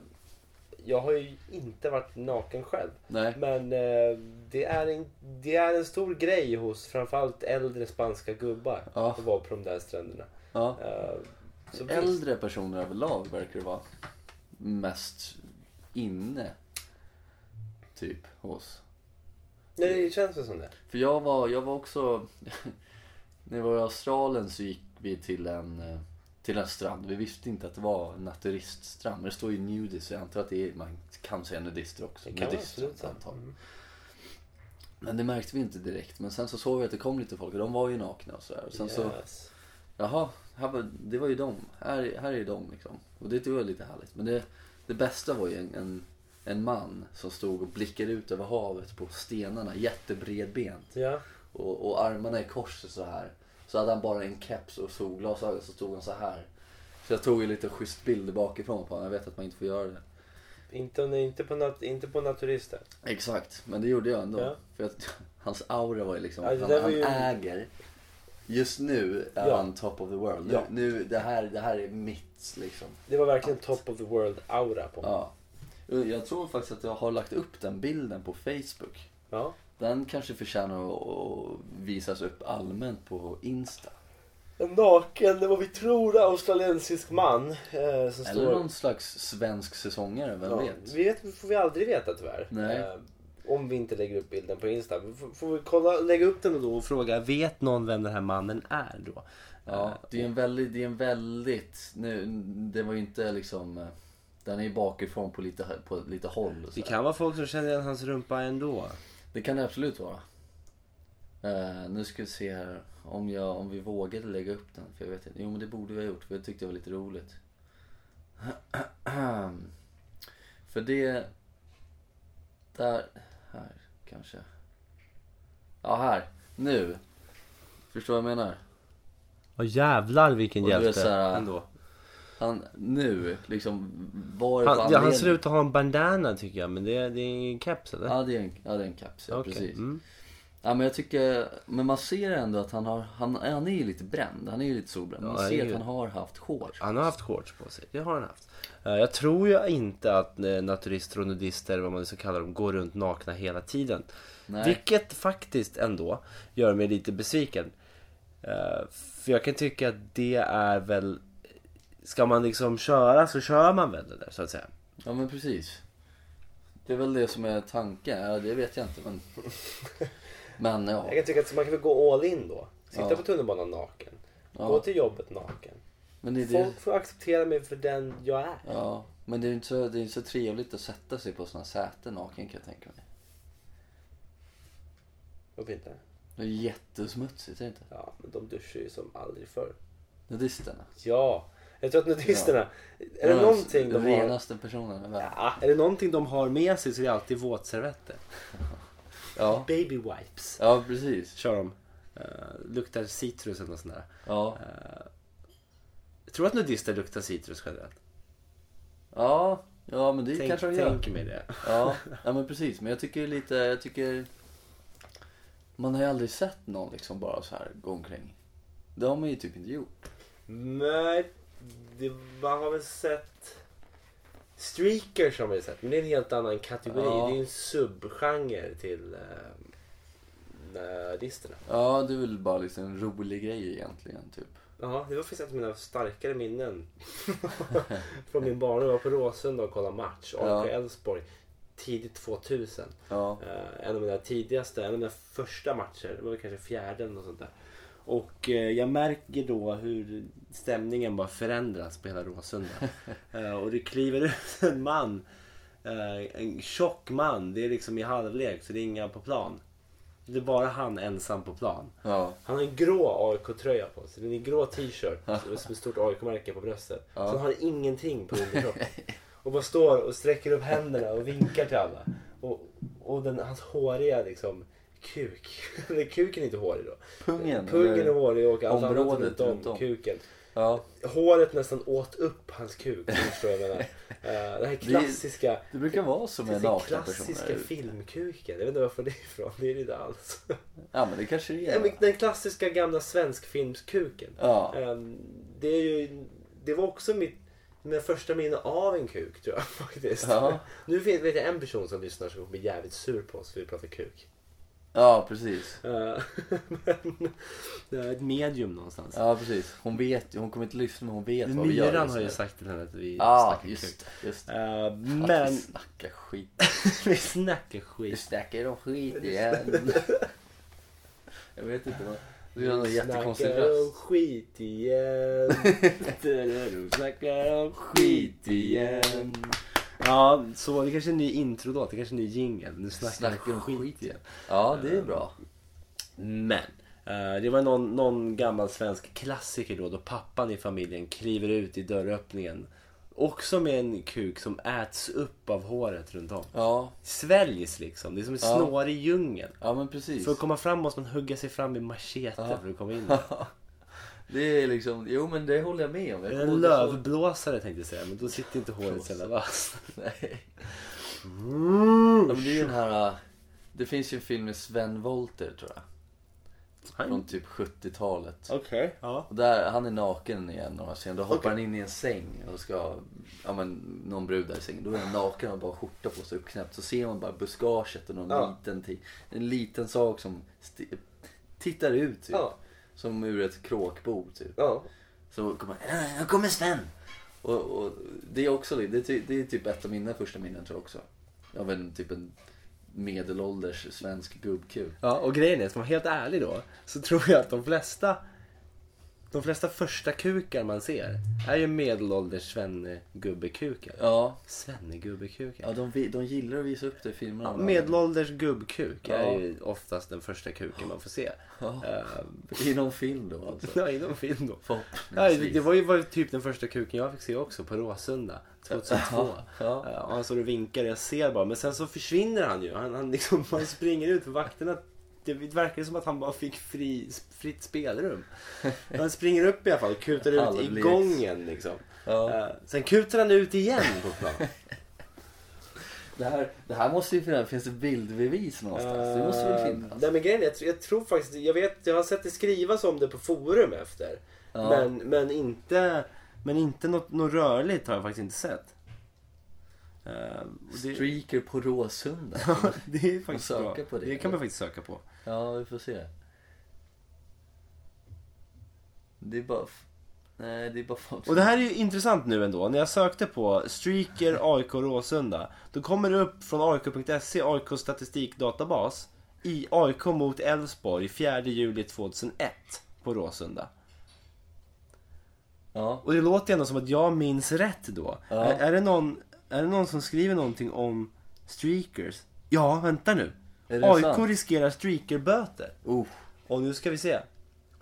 jag har ju inte varit naken själv. Nej. Men eh, det, är en, det är en stor grej hos framförallt äldre spanska gubbar Ja. att vara på de där stränderna. Ja. Eh, så visst, Äldre personer överlag verkar det vara mest inne. Typ hos. nej, det känns väl som det. För jag var, jag var också... när jag var i Australien så gick vi till en, eh, till en strand. Vi visste inte att det var en naturiststrand. Men det står ju nudist så jag antar att det är, man kan säga nudister också. Det kan man Nudiststrand, absolut säga. antagligen. Men det märkte vi inte direkt. Men sen så såg vi att det kom lite folk och de var ju nakna och sådär. Och sen så, Yes. jaha, här var, det var ju de. Här, här är ju de liksom. Och det var lite härligt. Men det, det bästa var ju en, en, en man som stod och blickade ut över havet på stenarna. Jättebredbent Ja. och, och armarna i kors så här. Så hade han bara en keps och solglasögon så stod han så här. Så jag tog ju lite schysst bild bakifrån på honom. Jag vet att man inte får göra det. Inte, inte, på nat, inte på naturister. Exakt, men det gjorde jag ändå. Ja. För att hans aura var ju liksom, Ja, det där var han, han ju- äger. Just nu är Ja. han top of the world. Nu, Ja. nu det, här, det här är mitt liksom. Det var verkligen top of the world-aura på mig. Ja. Jag tror faktiskt att jag har lagt upp den bilden på Facebook. Ja. Den kanske förtjänar att- att visas upp allmänt på Insta. En naken, vad vi tror, australiensisk man. Eh, som Eller står... någon slags svensk säsongare, vem Ja, vet? Vi vet, får vi aldrig veta tyvärr. Nej. Eh, om vi inte lägger upp bilden på Insta. Vi Får, får vi kolla, lägga upp den då och fråga, vet någon vem den här mannen är då? Eh, Ja, Eh, det är en väldigt, det är en väldigt, nu, det var ju inte liksom, eh, den är ju bakifrån på lite, på lite håll. och så Det här. kan vara folk som känner igen hans rumpa ändå. Det kan det absolut vara. Eh, nu ska vi se här om, jag, om vi vågade lägga upp den. För jag vet inte. Jo men det borde vi ha gjort för jag tyckte det var lite roligt. för det... Där... Här kanske. Ja här. Nu. Förstår vad jag menar? Ja jävlar vilken Och du är hjälte. så här- ändå. Han, nu liksom. Var är på Han, ja, han anledningen? ser ut att ha en bandana tycker jag, men det, det är ingen keps eller? Ja det är en, ja, det är en keps, ja Okej, precis. mm. Ja, men jag tycker, men man ser ändå att han har, han, han är ju lite bränd, han är ju lite solbränd. Man Ja, det är ser att ju- han har haft shorts. Han har haft shorts på sig, det har han haft. Eh, Jag tror ju inte att eh, naturister och nudister, vad man nu ska kalla dem, går runt nakna hela tiden. Nej. Vilket faktiskt ändå gör mig lite besviken. Eh, För jag kan tycka att det är väl... Ska man liksom köra så kör man väl det där så att säga. Ja men precis. Det är väl det som är tanken, ja, det vet jag inte men. Men ja. Jag kan tycka att man kan väl gå all in då. Sitta Ja. på tunnelbanan naken. Ja. Gå till jobbet naken. Men det är det, Folk får acceptera mig för den jag är. ja. Men det är ju inte, så- det är inte så trevligt att sätta sig på såna säten naken kan jag tänka mig. Varför inte? Det är jättesmutsigt är det inte? Ja, men de duschar ju som aldrig förr. Nudisterna. Ja, jag tror att nudisterna... Är det De någonting de de har... renaste personerna i världen. Ja, Är det någonting de har med sig så är det alltid våtservetter. Ja. baby wipes. Ja precis. Kör de. Eh, luktar citrus eller något sånt där. Ja. Jag tror att nudister luktar citrus generellt. Ja. Ja men det Tänk, kanske de gör. tänk mig det. Ja, ja men precis. Men jag tycker lite, jag tycker... Man har ju aldrig sett någon liksom bara så här gå omkring. Det har man ju typ inte gjort. Nej, det, man har väl sett... Streakers har man ju sett, men det är en helt annan kategori. Ja. Det är ju en subgenre till eh, nudisterna. Ja, det är väl bara liksom en rolig grej egentligen typ. Ja, det var faktiskt ett av mina starkare minnen från min barndom. Jag var på Råsunda och kollade match. AIK Ja. Elfsborg, tidigt 2000. Ja, Eh, en av mina tidigaste, en av mina första matcher. Det var väl kanske fjärde eller något sånt där. Och eh, jag märker då hur stämningen bara förändras på hela Råsunda. Eh, och det kliver ut en man. eh, en tjock man. Det är liksom i halvlek så det är inga på plan. Det är bara han ensam på plan. ja, Han har en grå AIK-tröja på sig. Det är en grå t-shirt med stort AIK-märke på bröstet. Ja. Sen har han ingenting på underkroppen. Och bara står och sträcker upp händerna och vinkar till alla. Och, och den, hans håriga liksom kuk. Eller kuken är inte hårig då. Pungen, Pungen eller är hårig och allt annat området runt om runt om. kuken. ja. Håret nästan åt upp hans kuk. om du förstår vad jag menar. Eh, Den här klassiska, Det brukar vara så med den nakna klassiska personer. filmkuken. Jag vet inte varför det är ifrån. Det är det inte alls. Ja, men det kanske det Ja, men är. Ehm, Den klassiska gamla svenskfilmskuken. Ja. Ehm, Det, är ju, det var också mitt, mina första minne av en kuk tror jag faktiskt. Ja. Nu vet, vet jag en person som lyssnar som kommer bli jävligt sur på oss för vi pratar kuk. Ja, precis. Eh, men, Det är ett medium någonstans. Ja, precis. Hon vet ju, hon kommer inte lyssna men hon vet vad vi gör Myran just har nu. ju sagt till henne att vi Ja, snackar just kuk. det, just det. Eh, Att vi men snackar skit. vi snackar Vi skit. snackar om skit igen. Jag vet inte vad. Du har en jättekonstig Snackar om röst. skit igen. Du snackar om skit igen. Ja, så det kanske är en ny intro då. Det kanske är en ny jingel. Nu snackar, Snackar vi om skit, skit igen. igen. Ja, det är bra. Men. eh, det var någon, någon gammal svensk klassiker då, då pappan i familjen kliver ut i dörröppningen. Också med en kuk som äts upp av håret runt om. Ja, Sväljs liksom, det är som en Ja. snårig djungel. ja men precis. För att komma fram måste man hugga sig fram med machete Ja. för att komma in. där. Det är liksom, jo men det håller jag med om. Jag Det är En kommer ihåg jag såg- lövblåsare tänkte jag säga, men då sitter inte håret så jävla vasst. Nej. Mm. Ja, men det är ju den här, äh, det finns ju en film med Sven Wollter tror jag. Från typ 70-talet. Okej. Ja. Och där, han är naken i en av de här scenerna. Då hoppar han in i en säng och ska, ja men någon brud där i sängen. Då är han naken och har bara skjorta på sig uppknäppt. Så ser man bara buskaget och någon Ja. liten, ti- en liten sak som sti- tittar ut typ. Ja. Som ur ett kråkbo typ. Ja. Så kommer han, "Äh, här kommer Sven! Och, och det är också, det är, ty- det är typ ett av mina första minnen tror jag också. Jag vet inte, typ en medelålders svensk gubbkuk. ja, och grejen är, ska man vara helt ärlig då, så tror jag att de flesta de flesta första kukar man ser är ju medelålders svennegubbekukar. Ja, Svennegubbekukar. ja de, vi- de gillar att visa upp det i filmerna. Ja, medelålders gubbkuk är Ja. ju oftast den första kuken man får se. Ja. Eh, I någon film då alltså. Ja, inom film då. Ja, det Förhoppningsvis. det var ju var ju typ den första kuken jag fick se också på Råsunda 2002. Ja, ja. Eh, Och han står och vinkar jag ser bara. Men sen så försvinner han ju. Han, han, liksom, han springer ut för vakterna. Det verkar som att han bara fick fri, fritt spelrum. Han springer upp i alla fall, kutar ut i Halvleks. gången liksom. Ja. Eh, Sen kutar han ut igen på plan. Det här, det här måste ju finnas, finns det bildbevis någonstans? det måste väl Eh, finnas? Nej men grejen är, jag tror- jag tror faktiskt, jag vet, jag har sett det skrivas om det på forum efter. Ja. Men, men inte, men inte något, något rörligt har jag faktiskt inte sett. Eh, och det, Streaker på Råsunda. det är faktiskt Och bra. söka på det, det, kan man eller? faktiskt söka på. Ja, vi får se. Det är bara... f- Nej, det är bara folk Och det här är ju intressant nu ändå. När jag sökte på Streaker AIK Råsunda. Då kommer det upp från AIK.se, AIK statistikdatabas. I AIK mot Elfsborg 4 juli 2001 på Råsunda. Ja. Och det låter ju ändå som att jag minns rätt då. Ja. Är, är, det någon, är det någon som skriver någonting om streakers? Ja, vänta nu. Är det AIK sant? riskerar streakerböter. Oh, Och nu ska vi se.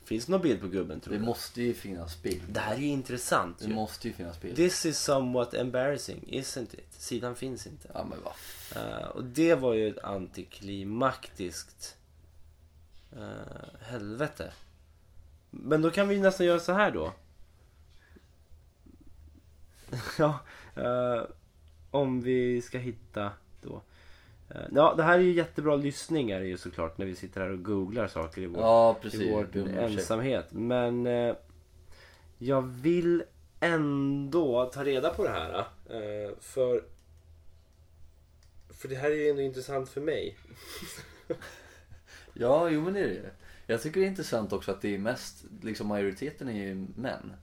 Finns det någon bild på gubben tror det du? måste ju finnas bild. Det här är ju intressant Det ju. måste ju finnas bild. This is somewhat embarrassing, isn't it? Sidan finns inte. Ja, men vad f- Eh, och det var ju ett antiklimaktiskt eh, helvete. Men då kan vi nästan göra så här då. ja, eh, om vi ska hitta då. Eh, ja, det här är ju jättebra lyssning är det ju såklart när vi sitter här och googlar saker i vår Ja, precis. i Jag vår ber om ursäkt. ensamhet. Men eh, jag vill ändå ta reda på det här. Eh, för... För det här är ju ändå intressant för mig. Ja, jo men det är det ju. Jag tycker det är intressant också att det är mest, liksom majoriteten är ju män.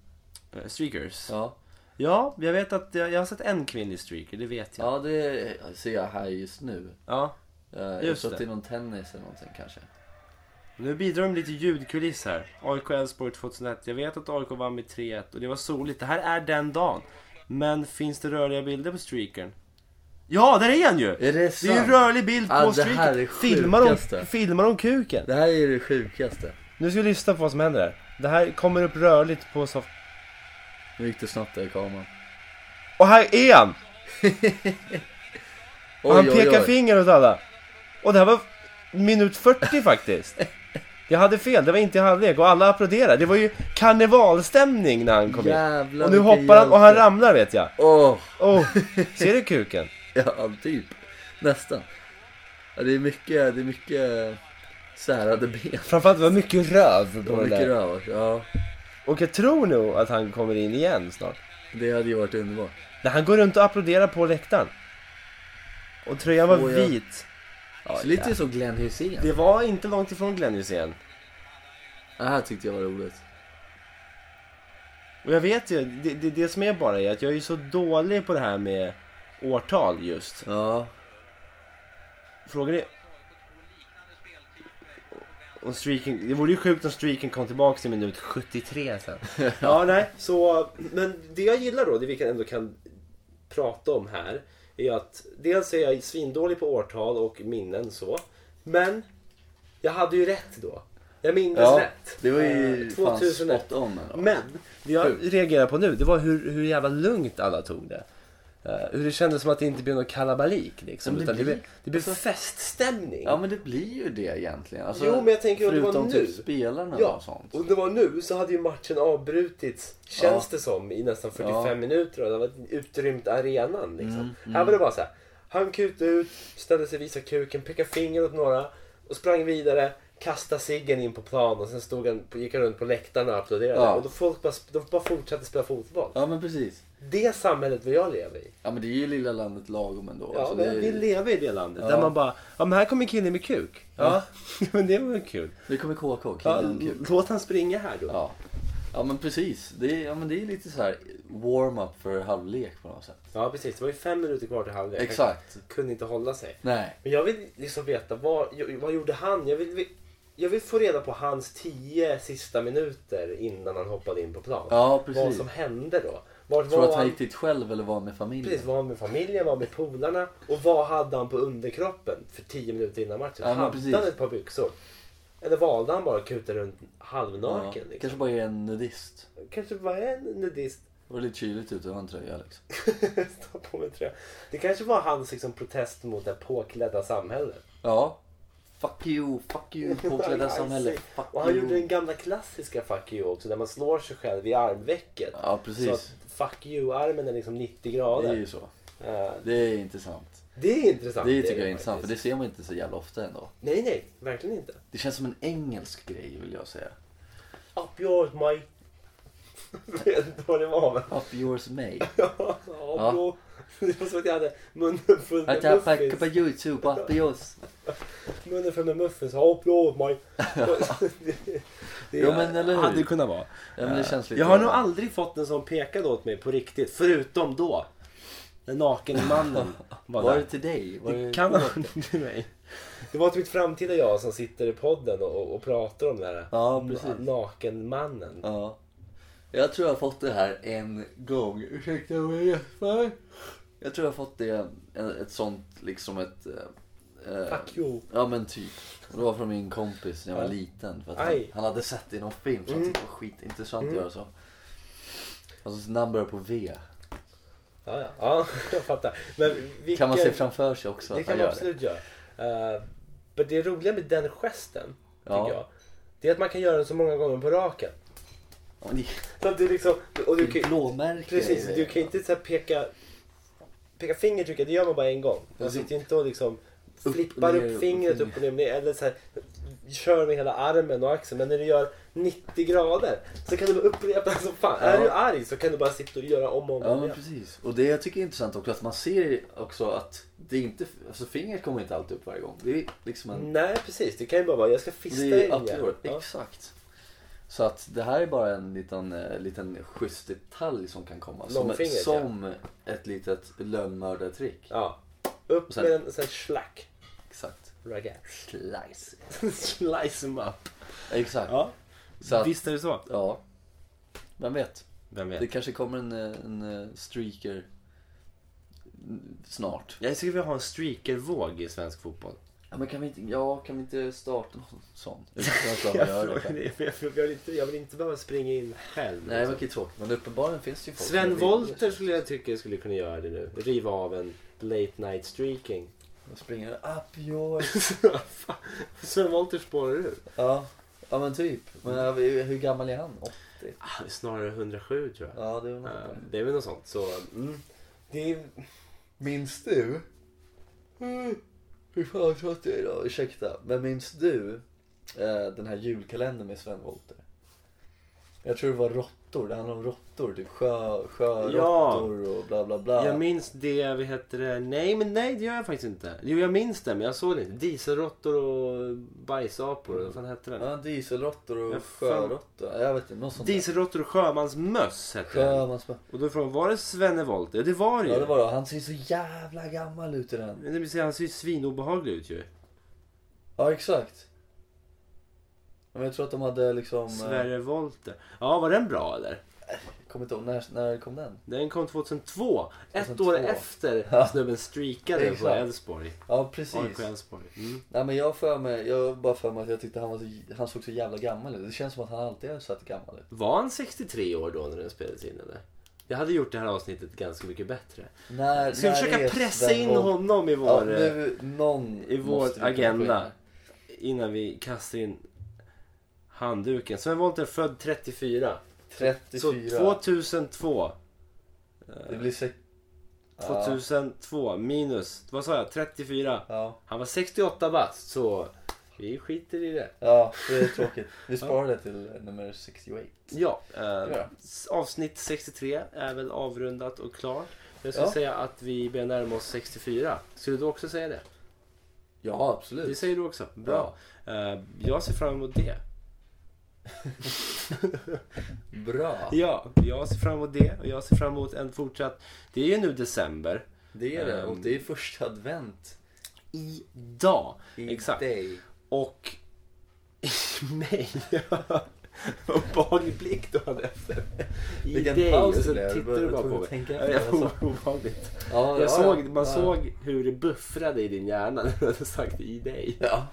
Eh, Streakers. Ja. Ja, jag vet att jag, jag har sett en kvinnlig streaker, det vet jag. ja det ser jag här just nu. Ja. Eh, Just jag tror det. att det är någon tennis eller någonting kanske. Nu bidrar de med lite ljudkuliss här. AIK Elfsborg 2001. Jag vet att AIK vann med 3-1 och det var soligt. Det här är den dagen. Men finns det rörliga bilder på streakern? Ja, där är han ju! Är det sant? Det är ju en rörlig bild på Ah, det här streakern. är filmar, de, sjukaste. filmar de kuken? Det här är det sjukaste. Nu ska vi lyssna på vad som händer här. Det här kommer upp rörligt på soft... Nu gick det snabbt där i kameran. Och här är han! Och han pekar finger åt alla. Och det här var minut 40 faktiskt. Jag hade fel, det var inte i halvlek och alla applåderar. Det var ju karnevalstämning när han kom in. Jävlar, Och nu vilken hoppar han och han hjälte. ramlar vet jag. Åh, Oh, ser du kuken? ja typ. Nästan. Ja, det är mycket, det är mycket särade ben. Framförallt det var mycket röv Det på var den mycket där. rör. Ja, Och jag tror nog att han kommer in igen snart. det hade ju varit underbart. När han går runt och applåderar på läktaren. Och tröjan var Får jag- vit. Ja, Så lite som Glenn Hysén. Det var inte långt ifrån Glenn Hysén. Det här tyckte jag var roligt. Och jag vet ju, det, det, det som är bara är att jag är ju så dålig på det här med årtal just. Ja, Frågan är... Om streaken, det vore ju sjukt om streaken kom tillbaka i minut 73 sen. Ja, nej. Så, men det jag gillar då, det vi kan- ändå kan prata om här, är att dels är jag svindålig på årtal och minnen så. Men jag hade ju rätt då. Jag mindes ja rätt. det var ju Eh, fan 2001. spot on. eller? Men det jag Sjukt. reagerar på nu, det var hur, hur jävla lugnt alla tog det. Eh, hur det kändes som att det inte blev någon kalabalik liksom. Ja, men det utan det, blir- alltså- blev, det blev feststämning. Ja men det blir ju det egentligen. Alltså, Jo, men jag tänker att det var förutom nu. typ spelarna och sånt. och det var nu så hade ju matchen avbrutits, känns det som, i nästan 45 Ja. Mm, minuter och det var utrymt arenan liksom. Här var det bara så här. Han kut ut, ställde sig, visade kuken, pekade finger åt några och sprang vidare, kastade ciggen in på plan och sen stod han, gick han runt på läktaren och applåderade. Ja. Och då folk bara, de bara fortsatte spela fotboll. Ja men precis. Det samhället vill jag leva i. Ja men det är ju lilla landet lagom ändå. Ja, alltså, men det, vi lever i det landet. Ja. Där man bara, ja men här kommer en kille med kuk. Ja, men det var väl kul. nu kommer KK, Ja, killen kul. låt han springa här då. Ja. ja men precis. Det är, ja, men det är lite så här warm-up för halvlek på något sätt. Ja precis, det var ju fem minuter kvar till halvlek. Exakt. Han kunde inte hålla sig. Nej. Men jag vill liksom veta, vad, vad gjorde han? Jag vill, jag vill få reda på hans tio sista minuter innan han hoppade in på plan. Ja precis. Vad som hände då. Vart Tror du var att han han? gick dit själv eller var med familjen? Precis, var han med familjen, var han med polarna och vad hade han på underkroppen för tio minuter innan matchen? Ja, men hade precis. han ett par byxor? Eller valde han bara att kuta runt Ja, halvnaken? liksom? Kanske bara är en nudist. Kanske var en nudist Det var lite kyligt ute och han tröja liksom. stå på med tröja. Det kanske var hans liksom, protest mot det påklädda samhället. Ja. Fuck you, fuck you, påklädda Ja, samhälle, exakt. fuck Och han you. gjorde den gamla klassiska fuck you också där man slår sig själv i armvecket. Ja Så precis. att fuck you-armen är liksom 90 Det är grader. ju så. Eh, Det är intressant. Det är intressant. Det tycker jag är intressant för faktiskt. det ser man inte så jävla ofta ändå. Nej, nej, verkligen inte. Det känns som en engelsk grej vill jag säga. Up yours, my... Vet inte vad det var, men... Up yours May. Ja, ja, bro. Det var som att jag hade munnen full Att med jag packar muffins. på Youtube, up yours. Munnen full med muffins. Ja, bro, my... Det- det- Jo men eller Hade det hur? kunnat vara. Ja, men det känns lite... Jag har nog aldrig fått en som pekade åt mig på riktigt. Förutom då. Den nakne mannen var, Var det där. till dig? Var Det det... kan ha varit till mig. Det var till mitt framtida jag som sitter i podden och, och, och pratar om det här. Ja, precis. Nakenmannen. Ja. Jag tror jag har fått det här en gång. Ursäkta om jag gäspar. Jag tror jag har fått det, eh, ett, ett sånt liksom ett... eh, eh, Fuck you. Ja men typ. Och Det var från min kompis när jag var Ja. liten. För att han, Aj. han hade sett det i någon film så han tyckte det var skitintressant att göra så. Och så namn börjar på V. Ja, ja. ja jag fattar. Men vilken... Kan man se framför sig också Det att kan han man gör det? absolut göra. Eh, Men det roliga med den gesten, Ja. tycker jag, det är att man kan göra den så många gånger på raken. Ja, men det- Så att det är liksom... Och du det är kan, Blåmärken precis, är det. du kan inte så här peka... Peka finger tycker jag, det gör man bara en gång. Man sitter ju inte och liksom flippar ner, upp Alltså- upp, fingret ner. upp och ner, ner eller så här, kör med hela armen och axeln. Men när du gör 90 grader så kan du bara upprepa som fan. Ja. Är du arg så kan du bara sitta och göra om och om Ja igen. men precis. Och det jag tycker är intressant också att man ser också att det är inte, alltså fingret kommer inte alltid upp varje gång. Det är liksom en... Nej precis, det kan ju bara vara jag ska fista Det in är up igen. your, Exakt. Så att det här är bara en liten, eh, liten schysst detalj som kan komma. Som, ett, Långfingret, ja. som ett litet lönnmördartrick. Ja. Upp Och sen- med den och sen slack. Exakt. Ragga. Slice. Slice em up. Exakt. Ja, Så att, visst är det så. ja. Vem vet? Vem Det vet. kanske kommer en, eh, en eh, streaker mm, snart. Jag skulle vilja ha en streakervåg i svensk fotboll. Ja, men kan vi inte, ja, kan vi inte starta någon sån? Utan att de gör det. Nej, men Jag jag vill, inte, jag vill inte behöva springa in själv. Nej, det verkar ju tråkigt. Men uppenbarligen finns det ju folk Sven som vill- Wollter skulle jag tycka skulle kunna göra det nu. Riva av en late night streaking. Och springer up yours. Fan, Sven Wollter spårar ur. Ja, ja men typ. Men jag vet- hur gammal är han? 80? Ah, det är Snarare 107 tror jag. Ja, det är Eh, Det är väl något sånt. Så, mm. det är, Minns du? Mm. Hur fan trött jag är idag, ursäkta. Men minns du eh, den här julkalendern med Sven Wollter? Jag tror det var råttor, det handlade om råttor, typ sjö, sjöråttor och bla bla bla. Jag minns det, vi heter det? Nej, men nej det gör jag faktiskt inte. Jo, jag minns det, men jag såg det inte. Dieselråttor och bajsapor, vad fan hette den? Ja, dieselråttor och Ja, fan. sjöråttor. Jag vet inte, något sånt där. Dieselråttor och sjömansmöss hette den. Sjömansmö. Och då frågade var det Svenne Wollter? Ja, det var det ju. Ja det var det. Han ser så jävla gammal ut i den. Men det vill säga, han ser ju svinobehaglig ut ju. Ja exakt. Men jag tror att de hade liksom... Eh, Sverre Wollter. Ja, var den bra eller? kommer inte ihåg, när, när kom den? Den kom 2002. Ett 2002. år efter Ja. snubben streakade på Exakt. Elfsborg. Ja precis. AIK Elfsborg. Mm. Nej men jag har för mig, jag har bara för mig att jag tyckte han, var så, han såg så jävla gammal ut. Det känns som att han alltid har sett gammal ut. Var han 63 år då när den spelades in eller? Jag hade gjort det här avsnittet ganska mycket bättre. När, Ska vi när försöka är pressa Sven in Woll- honom i Ja, vår... eh, nu, någon i vår måste vi kunna agenda. få in. innan vi kastar in handduken. Sven Wollter är född 34. Så 34. 2002. det blir sex... 2002 minus, vad sa jag, 34. Ja, Han var 68 bast så vi skiter i det. ja, det är tråkigt. Vi sparar det till nummer 68. Ja, eh, Ja. s- avsnitt 63 är väl avrundat och klart. Jag skulle Ja. säga att vi börjar närma oss 64. Skulle du också säga det? Ja, Det absolut. säger du också. Bra. Eh, jag ser fram emot det. Bra. Ja, jag ser fram emot det och jag ser fram emot en fortsatt... Det är ju nu december. Det är det. Ehm. Och det är första advent. Idag. I Exakt. Dig. Och i mig. Vad obehaglig blick du hade efter. I Vilken dig. Och paus så det blev. tittar Jag du bara tror på jag mig. tänker Ja, efter det vad jag var obehagligt. Ja, Jag ja, såg, ja. man Ja. såg hur det buffrade i din hjärna när du hade sagt i dig. Ja.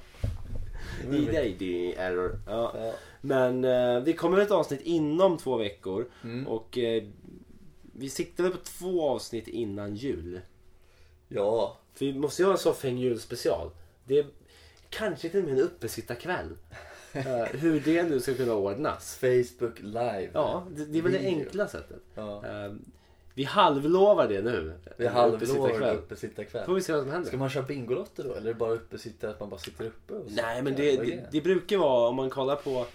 I dig, din error. Mm. Ja. Ja. Men eh, det kommer ett avsnitt inom två veckor. Mm. Och eh, vi siktar väl på två avsnitt innan jul. ja. För vi måste göra en soffhäng julspecial. Det är kanske till och med en uppesittarkväll. Eh, hur det nu ska kunna ordnas. Facebook live. Ja, det, det är väl det Video. enkla sättet. Ja. Eh, Vi halvlovar det nu. Det är halvlår och uppesittarkväll. Får vi se vad som händer. Ska man köra Bingolotter då? Eller är det bara uppesittare, att man bara sitter uppe? Och så? Nej, men det, Vad är det, det brukar vara om man kollar på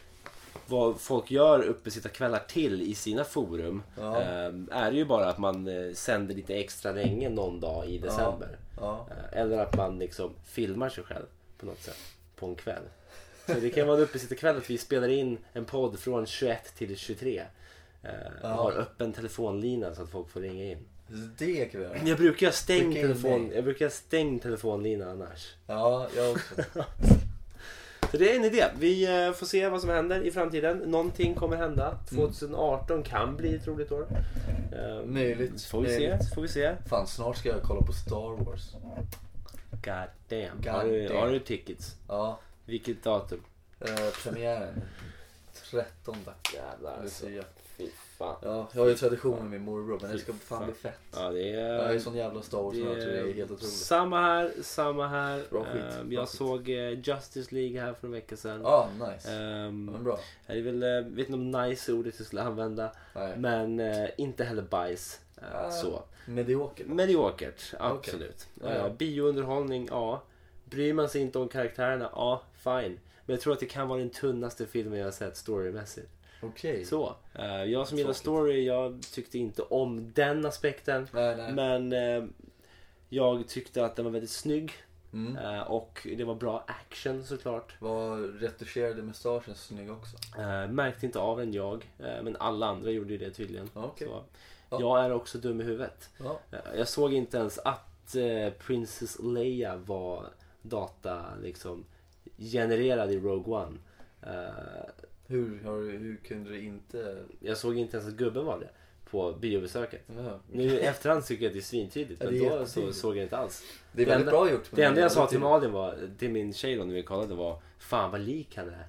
vad folk gör uppe sitta kvällar till i sina forum. Ja. eh, Är det ju bara att man eh, sänder lite extra länge någon dag i december. Ja. Eh, Eller att man liksom filmar sig själv på något sätt på en kväll. Så det kan vara en uppesittarkväll att vi spelar in en podd från 21 till 23. eh, Och Ja. har öppen telefonlina så att folk får ringa in. Det kan vi göra. Jag brukar ha stängd, Skicka in telefon, mig. jag brukar ha stängd telefonlina annars. Ja, jag också. Så det är en idé. Vi eh, får se vad som händer i framtiden. Någonting kommer hända. 2018 kan bli ett roligt år. Eh, Möjligt. Får vi se. möjligt. Får vi se. Fan, snart ska jag kolla på Star Wars. God damn. God har, du, damn. har du tickets? Ja, Vilket datum? eh, premiären. 13. Jävlar alltså. Lucia. Fy fan. Ja, jag har ju tradition med min morbror men det ska fan bli fett. Ja, det Jag är är... ju sån jävla Star Wars nörd så det är helt otroligt. samma här, samma här. Bra skit, Eh, bra jag skit. såg eh, Justice League här för en vecka sedan. Ja, nice. Ehm, Men bra. det är väl, eh, vet inte om nice är ordet jag skulle använda. Nej. Men eh, inte heller bajs. eh, Ah. Så. Medioker. Mediokert, absolut. Okej. Ja, Eh, ja. biounderhållning, ja. Bryr man sig inte om karaktärerna, ja, fine. Men jag tror att det kan vara den tunnaste filmen jag har sett storymässigt. Okej. Så. eh, jag som gillar Tråkigt. story, jag tyckte inte om den aspekten. Nej, nej. Men eh, jag tyckte att den var väldigt snygg. Mm. eh, och det var bra action såklart. Var retuscherade mustaschen snygg också? Eh, märkte inte av den jag, eh, men alla andra gjorde ju det tydligen. Ja, okej. Så, Ja. Jag är också dum i huvudet. Ja. Eh, Jag såg inte ens att eh, Princess Leia var data liksom genererad i Rogue One. Eh, Hur, har, du- hur kunde du inte... jag såg inte ens att gubben var det på biobesöket. Ja. Nu i efterhand tycker jag att det är svintydligt Ja, men det då är så, jättetydligt. såg jag inte alls. Det är Det väldigt enda- bra gjort. men typ- Det enda jag sa väldigt till tydligt. Malin var, till min tjej då när vi kollade var Fan vad lik han är.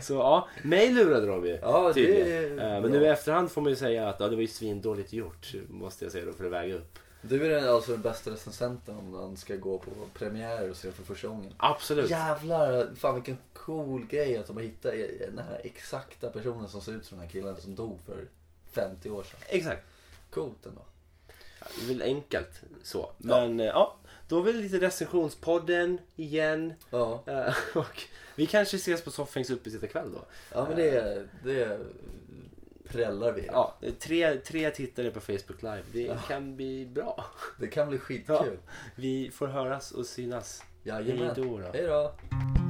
så ja, mig lurade de ju. Ja, tydligen. det är Eh, bra. men nu i efterhand får man ju säga att ja, det var ju svindåligt gjort. Måste jag säga då för att väga upp. Du är den- alltså den bästa recensenten om man ska gå på premiärer och se den för första gången. Absolut. Jävlar, fan vilken cool grej att de har hittat den här exakta personen som ser ut som den här killen som dog för 50 år sedan. Exakt. Coolt ändå. Det är väl enkelt så. Men ja, ja då är väl lite recensionspodden igen. Ja, Eh, och vi kanske ses på Soffhängs uppesittarkväll då. ja men det, det prällar vi. Ja, tre, tre tittare på Facebook Live. Det kan bli bra. Det kan bli skitkul. Vi får höras och synas. Jajamän. Hej då då. Hej då.